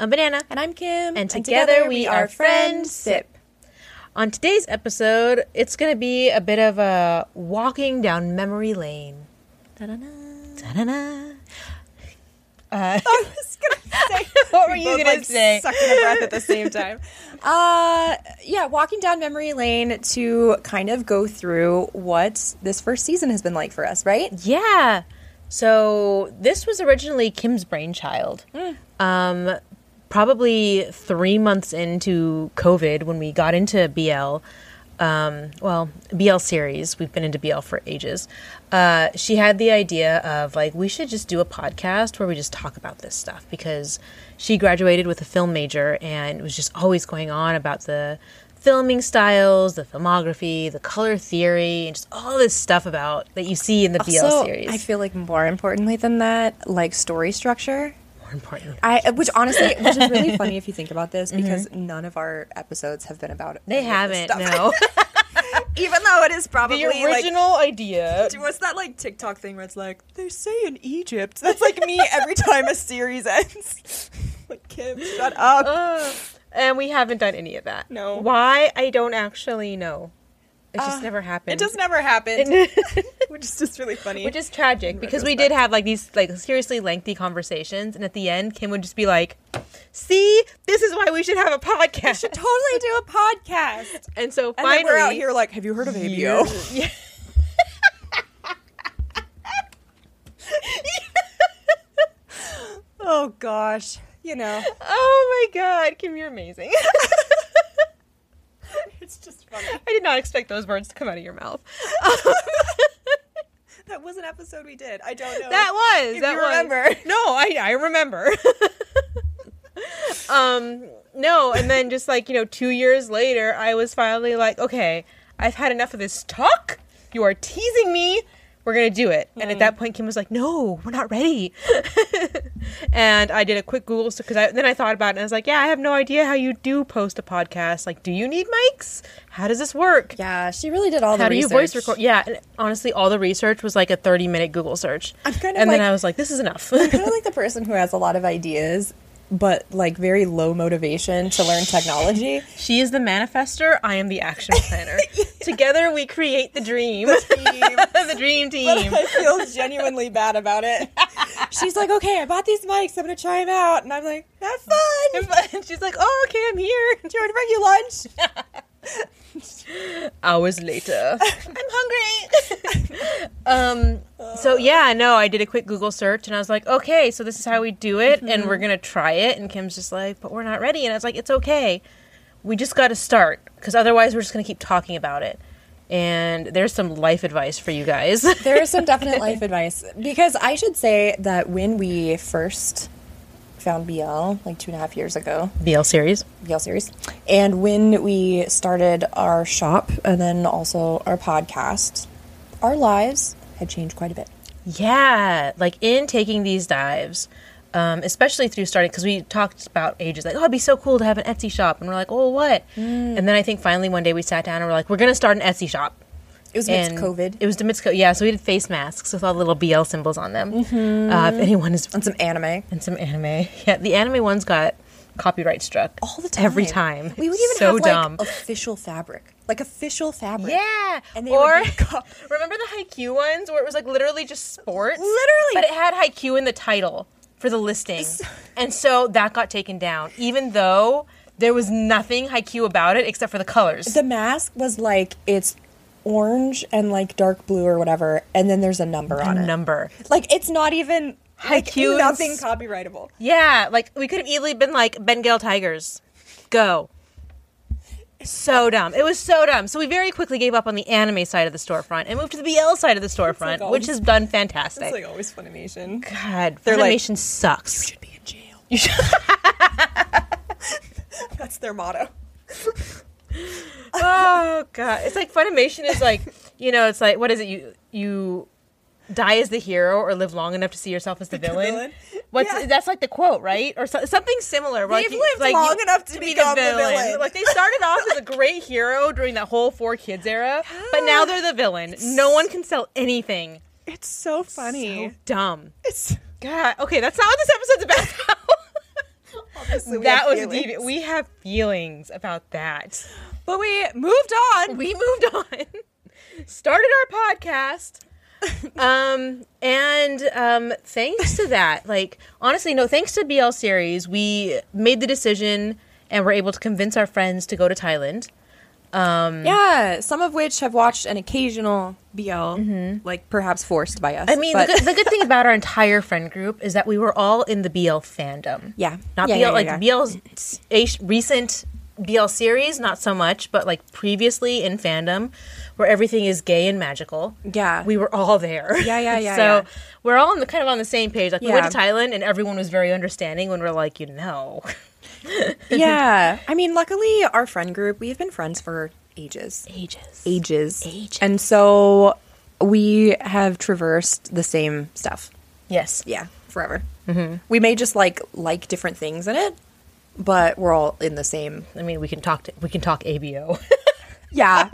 I'm Banana. And I'm Kim. And together, we are Friendsip. On today's episode, it's going to be a bit of a walking down memory lane. Da-da-da. Da-da-da. Uh, I was gonna say, what were We you both, gonna like, say? sucked in a breath at the same time. Uh, yeah, walking down memory lane to kind of go through what this first season has been like for us, right? Yeah. So this was originally Kim's brainchild. Um, probably three months into COVID when we got into BL. Um, well, BL series. We've been into BL for ages. Uh, she had the idea of like we should just do a podcast where we just talk about this stuff because she graduated with a film major and was just always going on about the filming styles, the filmography, the color theory, and just all this stuff about that you see in the BL Also, series. I feel like more importantly than that, like story structure. More importantly, I, which honestly, which is really funny if you think about this, because none of our episodes have been about they any of this haven't. stuff. No, even though it is probably the like, original idea. Dude, What's that like TikTok thing where it's like they say in Egypt? That's like me every time a series ends. like Kim, shut up. Uh, and we haven't done any of that. No. Ah, Why? I don't actually know. It just never happened. it just never happened, which is just really funny. Which is tragic because we did have like these like seriously lengthy conversations, and at the end, Kim would just be like, "See, this is why we should have a podcast." totally do a podcast. and so And finally, then we're out here like, have you heard of year- ABO? Yeah. Oh gosh, you know, Oh my god, Kim, you're amazing. it's just funny. I did not expect those words to come out of your mouth. Um, That was an episode we did. I don't know. That was. If that you was. remember. No, I I remember. um no, and then just like, you know, 2 years later, I was finally like, okay, I've had enough of this talk. You are teasing me. We're going to do it. And Mm. at that point Kim was like, "No, we're not ready." and I did a quick Google because I then I thought about it and I was like, "Yeah, I have no idea how you do post a podcast. Like, do you need mics? How does this work?" Yeah, she really did all How the do you research. voice record? Yeah, and honestly, all the research was like a thirty-minute Google search, I'm and kinda then like- Uh-huh. I was like, "This is enough." kind of like the person who has a lot of ideas, but like very low motivation to learn technology. she is the manifester. I am the action planner. Together, we create the dream. the dream team. I feel genuinely bad about it. She's like, okay, I bought these mics. I'm going to try them out. And I'm like, have fun. And she's like, "Oh, okay, I'm here." Do you want to bring you lunch? Hours later, I'm hungry. um. So yeah, no, I did a quick Google search, and I was like, "Okay, so this is how we do it, and we're gonna try it." And Kim's just like, "But we're not ready," and I was like, "It's okay." we just got to start because otherwise we're just going to keep talking about it and there's some life advice for you guys There is some definite life advice. Because I should say that when we first found BL, like two and a half years ago, bl series BL series, and when we started our shop and then also our podcast, our lives had changed quite a bit. yeah like in taking these dives um, especially through starting because we talked about ages like oh it'd be so cool to have an etsy shop and we're like oh what Mm. and then i think finally one day we sat down and we're like we're going to start an etsy shop It was amidst And COVID. It was amidst COVID. Yeah, so we did face masks with all the little BL symbols on them. Mm-hmm. Uh, if anyone is and some anime. and some anime. Yeah, the anime ones got copyright struck all the time. Every time, We would even so have dumb. like official fabric, like official fabric. Yeah. and they or would be co- "Oh." remember the Haikyuu ones where it was like literally just sports? Literally. But it had Haikyuu in the title for the listing. and so that got taken down, even though there was nothing Haikyuu about it except for the colors. the mask was like it's orange and like dark blue or whatever, and then there's a number on it. number. Like it's not even like, Haikyuu and nothing s- copyrightable. Yeah, like we could have easily been like Bengal Tigers. Go. So dumb. It was so dumb. So we very quickly gave up on the anime side of the storefront and moved to the BL side of the storefront, all which these- has done fantastic. It's like always Funimation. God, They're like, Funimation sucks. Should be in jail. That's their motto. oh god it's like funimation is like you know it's like what is it you you die as the hero or live long enough to see yourself as the, villain. villain. what's Yeah. that's like the quote right or so, something similar where, They've lived long enough to become the villain. like they started off as a great hero during that whole four kids era but now they're the villain no one can sell anything It's so So dumb It's god okay that's not what this episode's about Obviously, we that have was feelings. deviant. We have feelings about that. But we moved on. We moved on, started our podcast. um and um thanks to that like honestly no thanks to BL series we made the decision and were able to convince our friends to go to Thailand Yeah, some of which have watched an occasional BL, like perhaps forced by us. I mean, but- the, good, the good thing about our entire friend group is that we were all in the BL fandom. Yeah. Not Yeah, BL, yeah, yeah, like yeah. BL's s- a- recent BL series, not so much, but like previously in fandom where everything is gay and magical. Yeah. We were all there. Yeah, yeah, yeah, so yeah. we're all on the, kind of on the same page. Like we Yeah. went to Thailand and everyone was very understanding when we're like, you know. yeah, I mean, luckily our friend group, we have been friends for ages. Ages. ages. Ages. And so we have traversed the same stuff. Yes. Yeah, forever. We may just like like different things in it, but we're all in the same. I mean, we can talk to, we can talk ABO Yeah.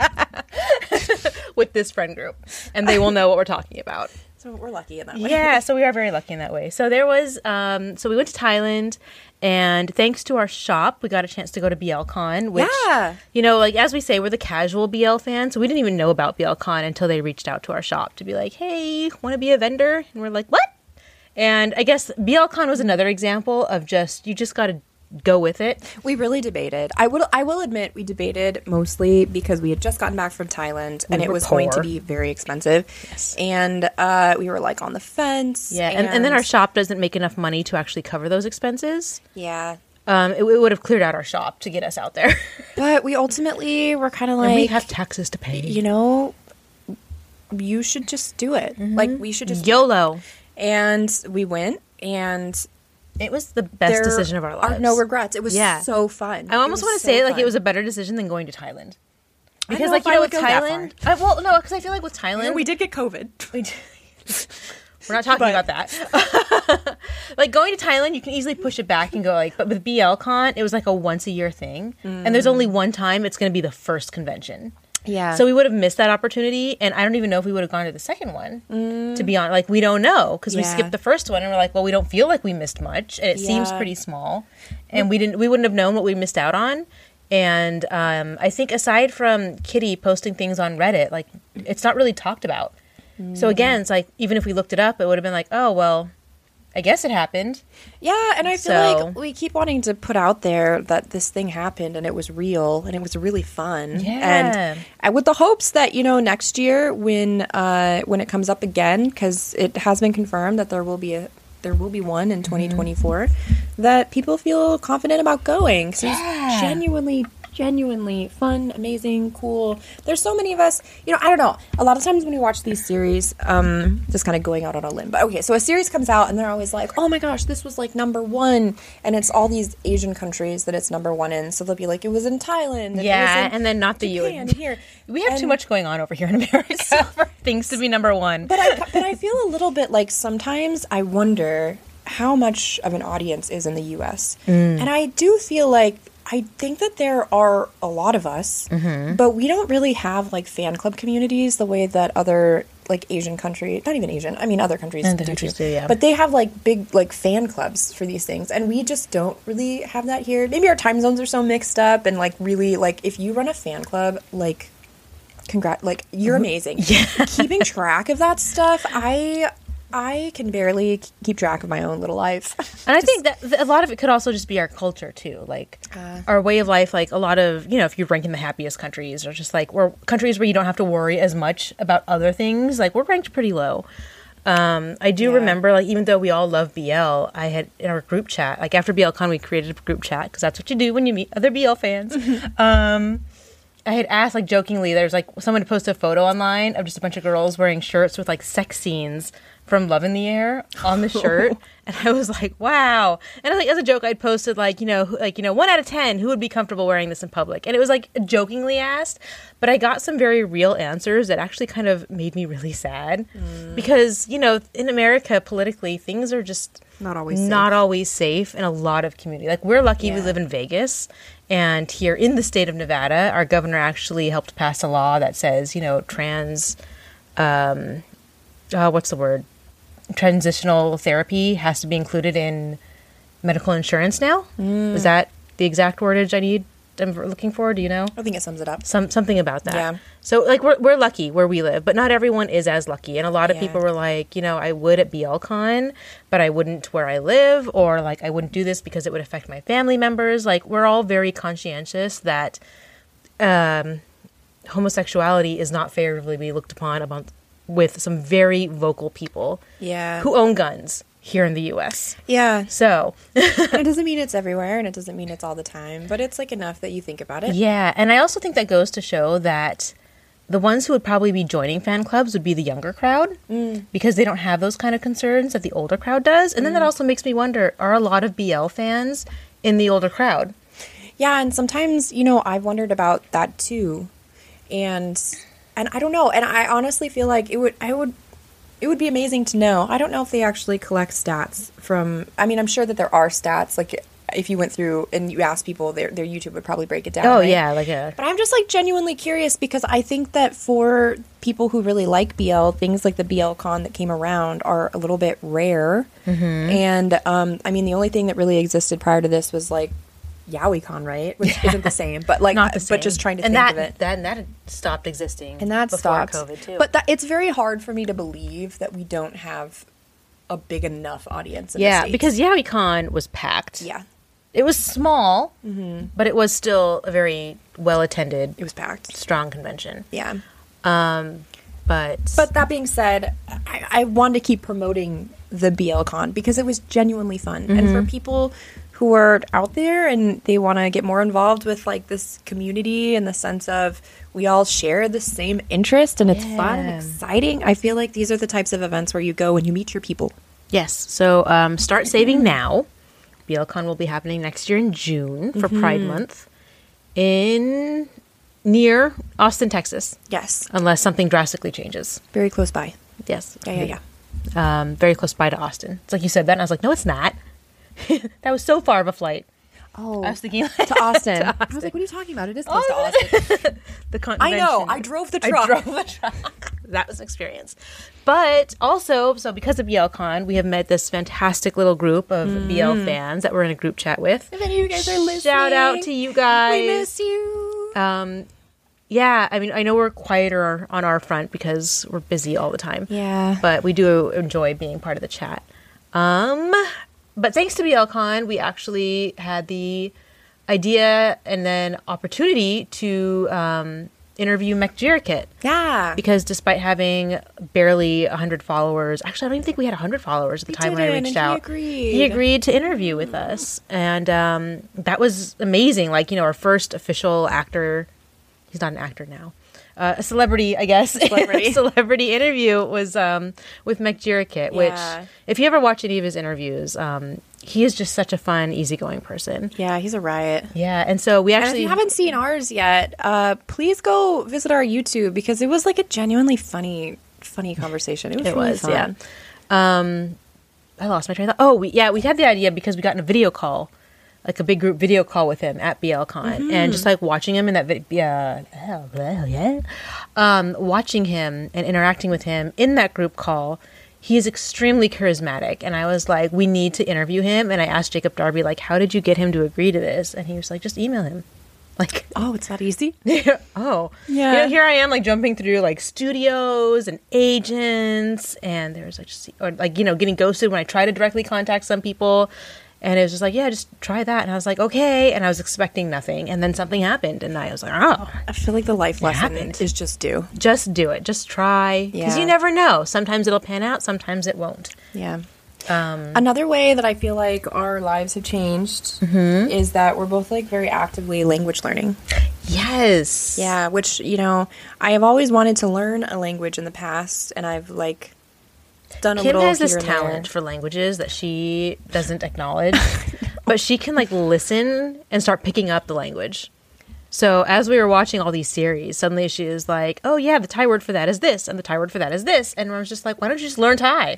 with this friend group and they will know what we're talking about. so we're lucky in that way. yeah so we are very lucky in that way so there was um so we went to thailand and thanks to our shop we got a chance to go to blcon which Yeah. you know like as we say we're the casual bl fans so we didn't even know about blcon until they reached out to our shop to be like hey want to be a vendor and we're like what and i guess blcon was another example of just you just gotta go with it We really debated. I will I will admit we debated mostly because we had just gotten back from Thailand and it were was going to poor. be very expensive. Yes. And uh, we were like on the fence. yeah and, and then our shop doesn't make enough money to actually cover those expenses Yeah. um it, it would have cleared out our shop to get us out there But we ultimately were kind of like and we have taxes to pay you know, you should just do it. Mm-hmm. Like we should just YOLO. And we went, and It was the best there decision of our are lives. no regrets. It was Yeah. so fun. I almost It was want to so say like fun. it was a better decision than going to Thailand. don't Because know like if you I know would with go that Thailand, I, well no, because I feel like with Thailand We did get COVID. we d- we're not talking about that. like going to Thailand, you can easily push it back and go like. But with BLCon, it was like a once a year thing, and there's only one time. It's going to be the first convention. Mm. Yeah. So we would have missed that opportunity, and I don't even know if we would have gone to the second one. To be honest, like we don't know because we Mm. Yeah. skipped the first one, and we're like, well, we don't feel like we missed much, and it seems Yeah. pretty small, and we didn't, we wouldn't have known what we missed out on. And um, I think aside from Kitty posting things on Reddit, like it's not really talked about. Mm. So again, it's like even if we looked it up, it would have been like, oh well, I guess it happened. Yeah, and I feel So- like we keep wanting to put out there that this thing happened and it was real and it was really fun. Yeah. And I, Uh, with the hopes that, you know, next year when uh when it comes up again cuz it has been confirmed that there will be a there will be one Mm-hmm. in 2024 that people feel confident about going cuz it's genuinely genuinely fun, amazing, cool. There's so many of us, you know, I don't know. A lot of times when we watch these series, um, just kind of going out on a limb. But okay, so a series comes out and they're always like, oh my gosh, this was like number one. And it's all these Asian countries that it's number one in. So they'll be like, it was in Thailand. And Yeah, it was in and then not the Japan, UN. and here. We have too And- much going on over here in America for things to be number one. But I, but I feel a little bit like sometimes I wonder how much of an audience is in the US. Mm. And I do feel like I think that there are a lot of us, Mm-hmm. but we don't really have like fan club communities the way that other like Asian country, not even Asian, I mean other countries Other do countries too. do, yeah. But they have like big like fan clubs for these things and we just don't really have that here. Maybe our time zones are so mixed up and like really like if you run a fan club like Congrats! Like you're Mm-hmm. amazing. Keeping track of that stuff, I I can barely k- keep track of my own little life. And I think that th- a lot of it could also just be our culture too, like our way of life. Like a lot of you know, if you rank in the happiest countries, or just like or countries where you don't have to worry as much about other things, like we're ranked pretty low. Um, I do Yeah. remember, like even though we all love BL, I had in our group chat, like after BLCon, we created a group chat because that's what you do when you meet other BL fans. um, I had asked, like jokingly, there's like someone had posted a photo online of just a bunch of girls wearing shirts with like sex scenes from Love in the Air on the shirt, and I was like, wow. And I, like as a joke, I'd posted like you know who- like you know one out of ten who would be comfortable wearing this in public, and it was like jokingly asked, but I got some very real answers that actually kind of made me really sad Mm. because you know in America politically things are just Not always safe. not always safe in a lot of community. Like we're lucky we Yeah. live in Vegas and here in the state of Nevada, our governor actually helped pass a law that says, you know, trans um uh, what's the word? Transitional therapy has to be included in medical insurance now. Is that the exact wordage I need? I'm looking for. Do you know? I think it sums it up. some something about that. Yeah. So like we're we're lucky where we live, but not everyone is as lucky. And a lot of Yeah. people were like, you know, I would at BLCon, but I wouldn't where I live, or like I wouldn't do this because it would affect my family members. Like we're all very conscientious that um, homosexuality is not favorably looked upon among, with some very vocal people Yeah. who own guns here in the U.S. Yeah. So it doesn't mean it's everywhere and it doesn't mean it's all the time, but it's like enough that you think about it. Yeah, and I also think that goes to show that the ones who would probably be joining fan clubs would be the younger crowd Mm. because they don't have those kind of concerns that the older crowd does. And then that also makes me wonder are a lot of BL fans in the older crowd? Yeah, and sometimes, you know, I've wondered about that too. And and I don't know, and I honestly feel like it would I would it would be amazing to know. I don't know if they actually collect stats from I mean, I'm sure that there are stats like if you went through and you asked people, their their YouTube would probably break it down. Oh, right? yeah, like a. But I'm just like genuinely curious because I think that for people who really like BL, things like the BL con that came around are a little bit rare. Mm-hmm. And um, I mean, the only thing that really existed prior to this was like YowieCon, right? Which isn't the same, but like, uh, Not the same. but just trying to and think that, of it. That, and that stopped existing. and that before stops. COVID, too. But that, it's very hard for me to believe that we don't have a big enough audience. In the yeah, States. because YowieCon was packed. yeah, Mm-hmm. It was small, but it was still a very well attended, it was packed. strong convention. Um, Yeah. But, But that being said, I, I want to keep promoting the BLCon because it was genuinely fun. And for people who are out there and they want to get more involved with like this community in the sense of we all share the same interest and it's fun and Yeah. exciting, I feel like these are the types of events where you go and you meet your people. Yes. So um, start saving now. BLCon will be happening next year in June for Pride Month in near Austin, Texas, Yes, unless something drastically changes. very close by. Yes. Yeah, yeah, yeah. yeah. Um, very close by to Austin. It's like you said that, and I was like, no, it's not. that was so far of a flight. Oh, I was thinking to Austin. I was like, what are you talking about? It is close to Austin. the I Oh, convention. know. I drove the I truck. drove the truck. that was an experience. But also, so because of BLCon, we have met this fantastic little group of BL fans that we're in a group chat with. If any of you guys are listening, Shout out to you guys. We miss you. Um, yeah, I mean, I know we're quieter on our front because we're busy all the time. Yeah. But we do enjoy being part of the chat. Um, but thanks to BLCon, we actually had the idea and then opportunity to um, interview Mech Jirikit yeah. because despite having barely 100 followers actually i don't even think we had 100 followers at the time when i didn't, reached and he out agreed. he agreed to interview with us and um, that was amazing like you know our first official actor he's not an actor now uh, a celebrity i guess Celebrity. celebrity interview was um, with Mick Jirikit, Yeah. which if you ever watch any of his interviews um, he is just such a fun easygoing person Yeah, he's a riot. yeah and so we And if actually you haven't seen ours yet, uh, please go visit our YouTube because it was like a genuinely funny, funny conversation. It was, It really was, fun. yeah. Um, I lost my train of thought. Oh, we, yeah, we had the idea because we got in a video call, like a big group video call with him at BLCon, and just like watching him in that video, uh, oh, well, yeah, um, watching him and interacting with him in that group call. He is extremely charismatic, and I was like, "We need to interview him." And I asked Jacob Darby, like, "How did you get him to agree to this?" And he was like, "Just email him." Like, Oh, it's that easy. oh Yeah. You know, here i am like jumping through like studios and agents and there's like just or, like you know getting ghosted when i try to directly contact some people and it was just like yeah just try that and i was like okay and i was expecting nothing and then something happened and i was like oh I feel like the life lesson happened. is just due. just do it just try because Yeah. you never know sometimes it'll pan out sometimes it won't Yeah. Um, Um, Another way that I feel like our lives have changed Mm-hmm. is that we're both like very actively language learning. yes Yeah, which, you know, I have always wanted to learn a language in the past and I've like done a Kim little has this here and there. talent for languages that she doesn't acknowledge, but she can like listen and start picking up the language. So as we were watching all these series, suddenly she is like, "Oh yeah, the Thai word for that is this, and the Thai word for that is this," and I was just like, "Why don't you just learn Thai?"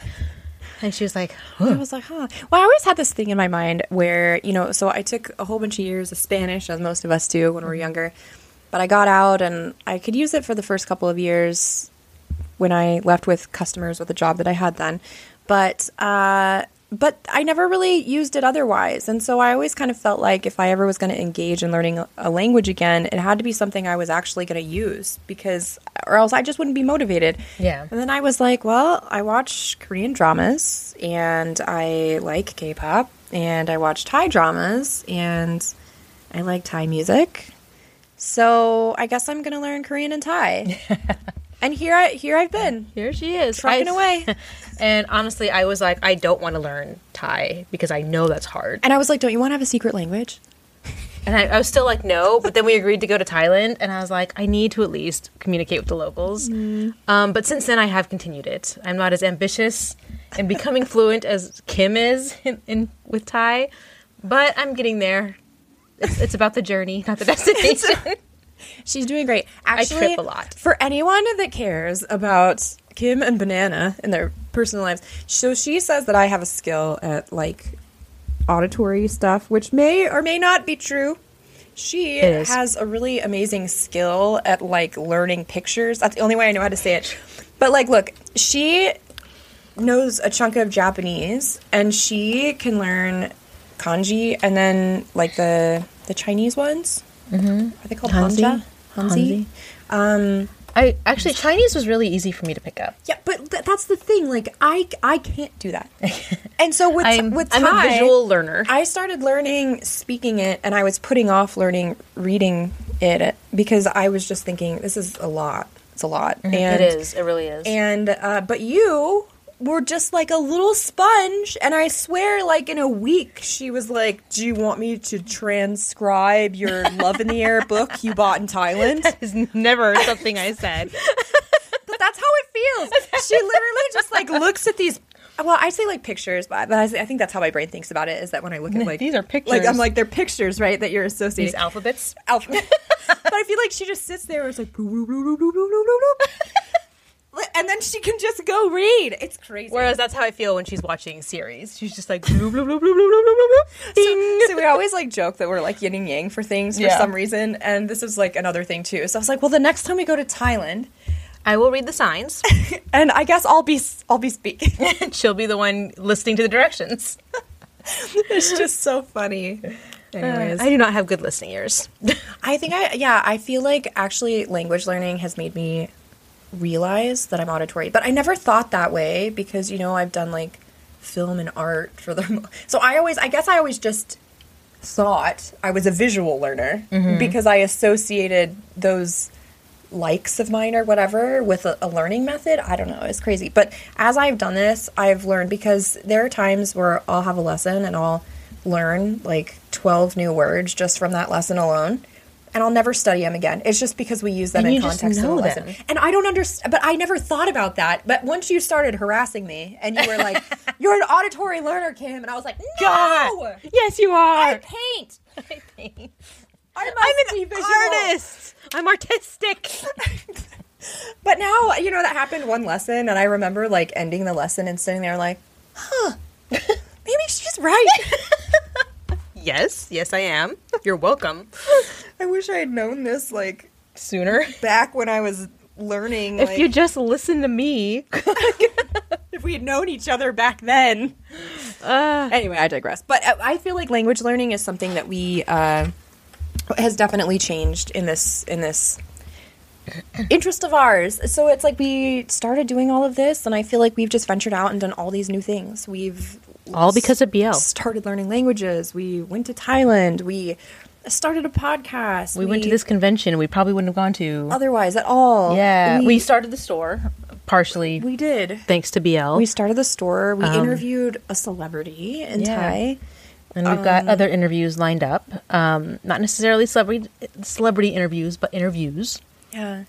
And she was like, "Huh." I was like, huh. Well, I always had this thing in my mind where, you know, so I took a whole bunch of years of Spanish, as most of us do when we're Mm-hmm. younger. But I got out and I could use it for the first couple of years when I left with customers with a job that I had then. But uh, but I never really used it otherwise. And so I always kind of felt like if I ever was going to engage in learning a- a language again, it had to be something I was actually going to use because, or else I just wouldn't be motivated. Yeah. And then I was like, well, I watch Korean dramas and I like K pop and I watch Thai dramas and I like Thai music. So I guess I'm going to learn Korean and Thai. and here I here I've been. Here she is, Trucking I- away. and honestly, I was like, I don't want to learn Thai because I know that's hard. And I was like, don't you want to have a secret language? And I, I was still like, no. But then we agreed to go to Thailand, and I was like, I need to at least communicate with the locals. Um, but since then, I have continued it. I'm not as ambitious and becoming fluent as Kim is in, in with Thai, but I'm getting there. It's, it's about the journey, not the destination. She's doing great. Actually, trip a lot. For anyone that cares about Kim and Banana in their personal lives, so she says that I have a skill at like auditory stuff, which may or may not be true. She is. has a really amazing skill at like learning pictures. That's the only way I know how to say it. But like, look, she knows a chunk of Japanese and she can learn kanji and then like the the Chinese ones. Mm-hmm. Are they called Hanzi. hanja? Hanzi. Um, I actually Chinese was really easy for me to pick up. yeah, but th- that's the thing. Like, I I can't do that. And so with I'm, with I'm a Thai, visual learner. I started learning speaking it, and I was putting off learning reading it because I was just thinking this is a lot. It's a lot. And Mm-hmm. it is. It really is. And uh, but you were just like a little sponge, and I swear, like in a week, she was like, "Do you want me to transcribe your Love in the Air book you bought in Thailand?" is never something I said. But that's how it feels. She literally just like looks at these. Well, I say like pictures, but but I I think that's how my brain thinks about it. Is that when I look at like These are like pictures. I'm like they're pictures, right? That you're associating These alphabets. alphabet. but I feel like she just sits there and it's like, "Boo, boo, boo, boo, boo, boo, boo, boo." and then she can just go read. It's crazy. Whereas that's how I feel when she's watching series. She's just like bloop, bloop, bloop, bloop, bloop, bloop, bloop, bloop. so, so we always like joke that we're like yin and yang for things for Yeah. some reason, and this is like another thing too. So I was like, well, the next time we go to Thailand, I will read the signs, and I guess I'll be I'll be speaking. and she'll be the one listening to the directions. it's just so funny. Anyways, Uh, I do not have good listening ears. Uh, I think I yeah, I feel like actually language learning has made me realize that I'm auditory, but I never thought that way because you know I've done like film and art for the mo- so I always I guess I always just thought I was a visual learner Mm-hmm. because I associated those likes of mine or whatever with a, a learning method. I don't know. It's crazy. But as I've done this, I've learned because there are times where I'll have a lesson and I'll learn like 12 new words just from that lesson alone. And I'll never study them again. It's just because we use them And in you just context of a know lesson. them. And I don't understand, but I never thought about that. But once you started harassing me and you were like, you're an auditory learner, Kim. And I was like, no, yes, you are. I paint. I think. I must I'm be an visual. artist. I'm artistic. But now, you know, that happened one lesson, and I remember like ending the lesson and sitting there like, huh, maybe she's right. Yes, yes, I am. You're welcome. I wish I had known this like Sooner. back when I was learning. If you just listen to me. if we had known each other back then. Uh, Anyway, I digress. But I- I feel like language learning is something that we uh, has definitely changed in this in this interest of ours. So it's like we started doing all of this, and I feel like we've just ventured out and done all these new things. We've all because of BL. started learning languages. We went to Thailand. We started a podcast. We went to this convention we probably wouldn't have gone to. otherwise at all. Yeah, Uh, we we, we, started the store partially did. thanks to BL, We started the store. We interviewed a celebrity in Um. yeah. Thai. and we've got other interviews lined up. Um, not necessarily celebrity celebrity interviews, but interviews. Yeah.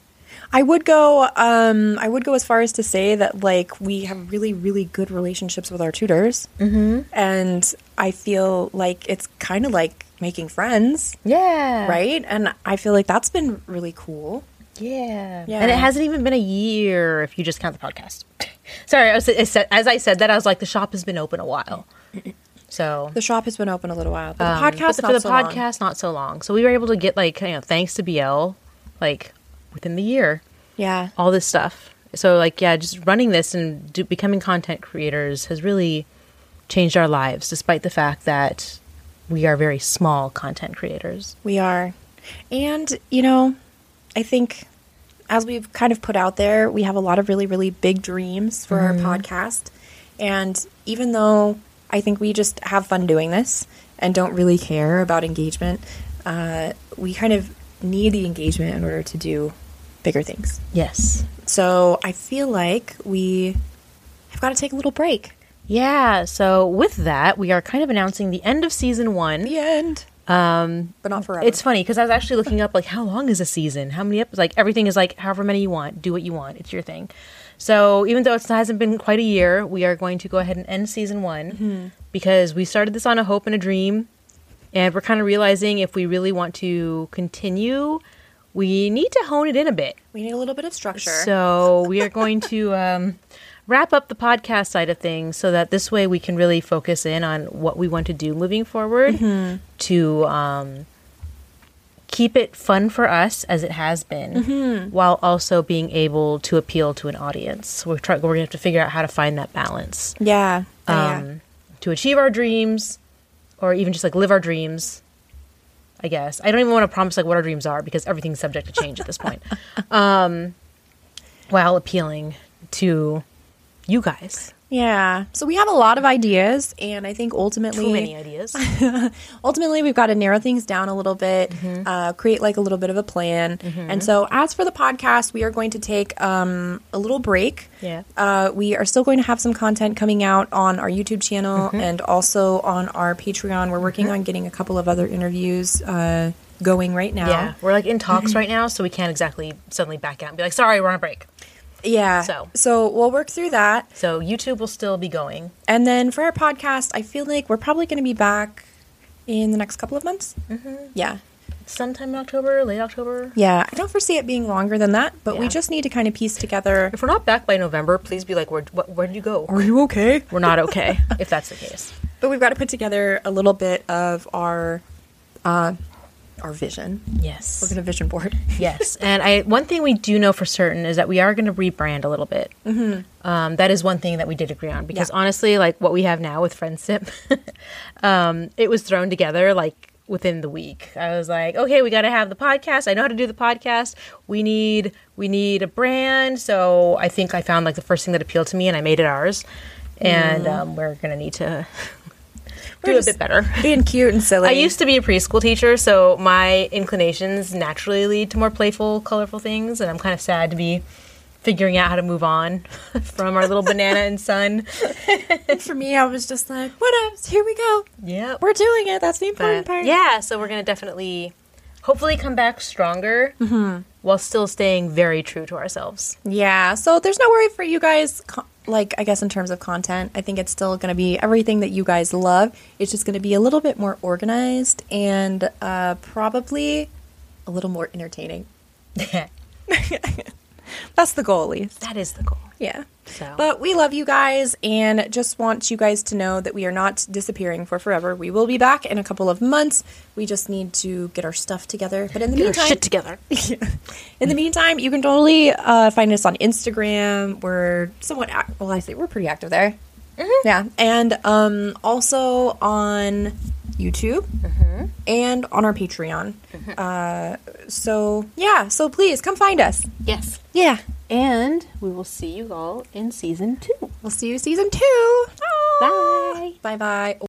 I would go um I would go as far as to say that like we have really really good relationships with our tutors. Mm-hmm. And I feel like it's kind of like making friends, Yeah, right? And I feel like that's been really cool. Yeah. Yeah. and it hasn't even been a year if you just count the podcast. Sorry, I was, I said, as I said that, I was like, the shop has been open a while, so. The shop has been open a little while. But um, the podcast but not for the so long. podcast, not so long. So we were able to get like, you know, thanks to BL, like within the year. Yeah. all this stuff. So like yeah, just running this and do, becoming content creators has really changed our lives, despite the fact that we are very small content creators. We are. And, you know, I think as we've kind of put out there, we have a lot of really, really big dreams for Mm-hmm. our podcast. And even though I think we just have fun doing this and don't really care about engagement, uh, we kind of need the engagement in order to do bigger things. Yes. So I feel like we have got to take a little break. Yeah, so with that, we are kind of announcing the end of season one. The end. Um, but not forever. It's funny because I was actually looking up like how long is a season? How many episodes? Like everything is like however many you want. Do what you want. It's your thing. So even though it hasn't been quite a year, we are going to go ahead and end season one because we started this on a hope and a dream, and we're kind of realizing if we really want to continue, we need to hone it in a bit. we need a little bit of structure. So we are going to um, wrap up the podcast side of things so that this way we can really focus in on what we want to do moving forward to um, keep it fun for us as it has been, while also being able to appeal to an audience. We're try- we're going to have to figure out how to find that balance yeah. Yeah. um, to achieve our dreams or even just like live our dreams i guess i don't even want to promise like what our dreams are because everything's subject to change at this point um, while appealing to you guys Yeah. So we have a lot of ideas, and I think ultimately, too many ideas ultimately, we've got to narrow things down a little bit, Mm-hmm. uh, create like a little bit of a plan. And so, as for the podcast, we are going to take um, a little break. Yeah. Uh, we are still going to have some content coming out on our YouTube channel Mm-hmm. and also on our Patreon. We're working on getting a couple of other interviews uh, going right now. yeah we're like in talks right now so we can't exactly suddenly back out and be like sorry we're on a break Yeah. So. so we'll work through that. so youtube will still be going And then for our podcast, I feel like we're probably going to be back in the next couple of months. Mm-hmm. Yeah. sometime in october late october Yeah. I don't foresee it being longer than that, but we Yeah. just need to kind of piece together. if we're not back by november please be like where, what, where did you go Are you okay? we're not okay if that's the case But we've got to put together a little bit of our uh, our vision. yes We're going to vision board. yes, and I one thing we do know for certain is that we are going to rebrand a little bit. Um, that is one thing that we did agree on because Mm-hmm. Yeah. honestly, like what we have now with friendship, um, it was thrown together like within the week. I was like, okay, we got to have the podcast. I know how to do the podcast. We need we need a brand. So I think I found like the first thing that appealed to me, and I made it ours. And um, we're gonna need to do Mm. We're a just bit better. Being cute and silly. I used to be a preschool teacher, so my inclinations naturally lead to more playful, colorful things, and I'm kind of sad to be figuring out how to move on from our little banana and sun. for me, I was just like, what else? Here we go. Yeah. We're doing it. That's the important part. yeah, so we're going to definitely hopefully come back stronger while still staying very true to ourselves. Yeah, so there's no worry for you guys. co- Like, I guess in terms of content, I think it's still going to be everything that you guys love. It's just going to be a little bit more organized and uh, probably a little more entertaining. that That's the goal, at least. is the goal. Yeah. So. But we love you guys and just want you guys to know that we are not disappearing for forever. We will be back in a couple of months. We just need to get our stuff together. But in the Get our meantime, shit together. In the meantime, you can totally uh, find us on Instagram. We're somewhat ac well, I say we're pretty active there. Yeah, and um, also on YouTube and on our Patreon. Uh, so yeah, so please come find us. Yes. Yeah, And we will see you all in season two. we'll see you season two. Bye. Bye bye.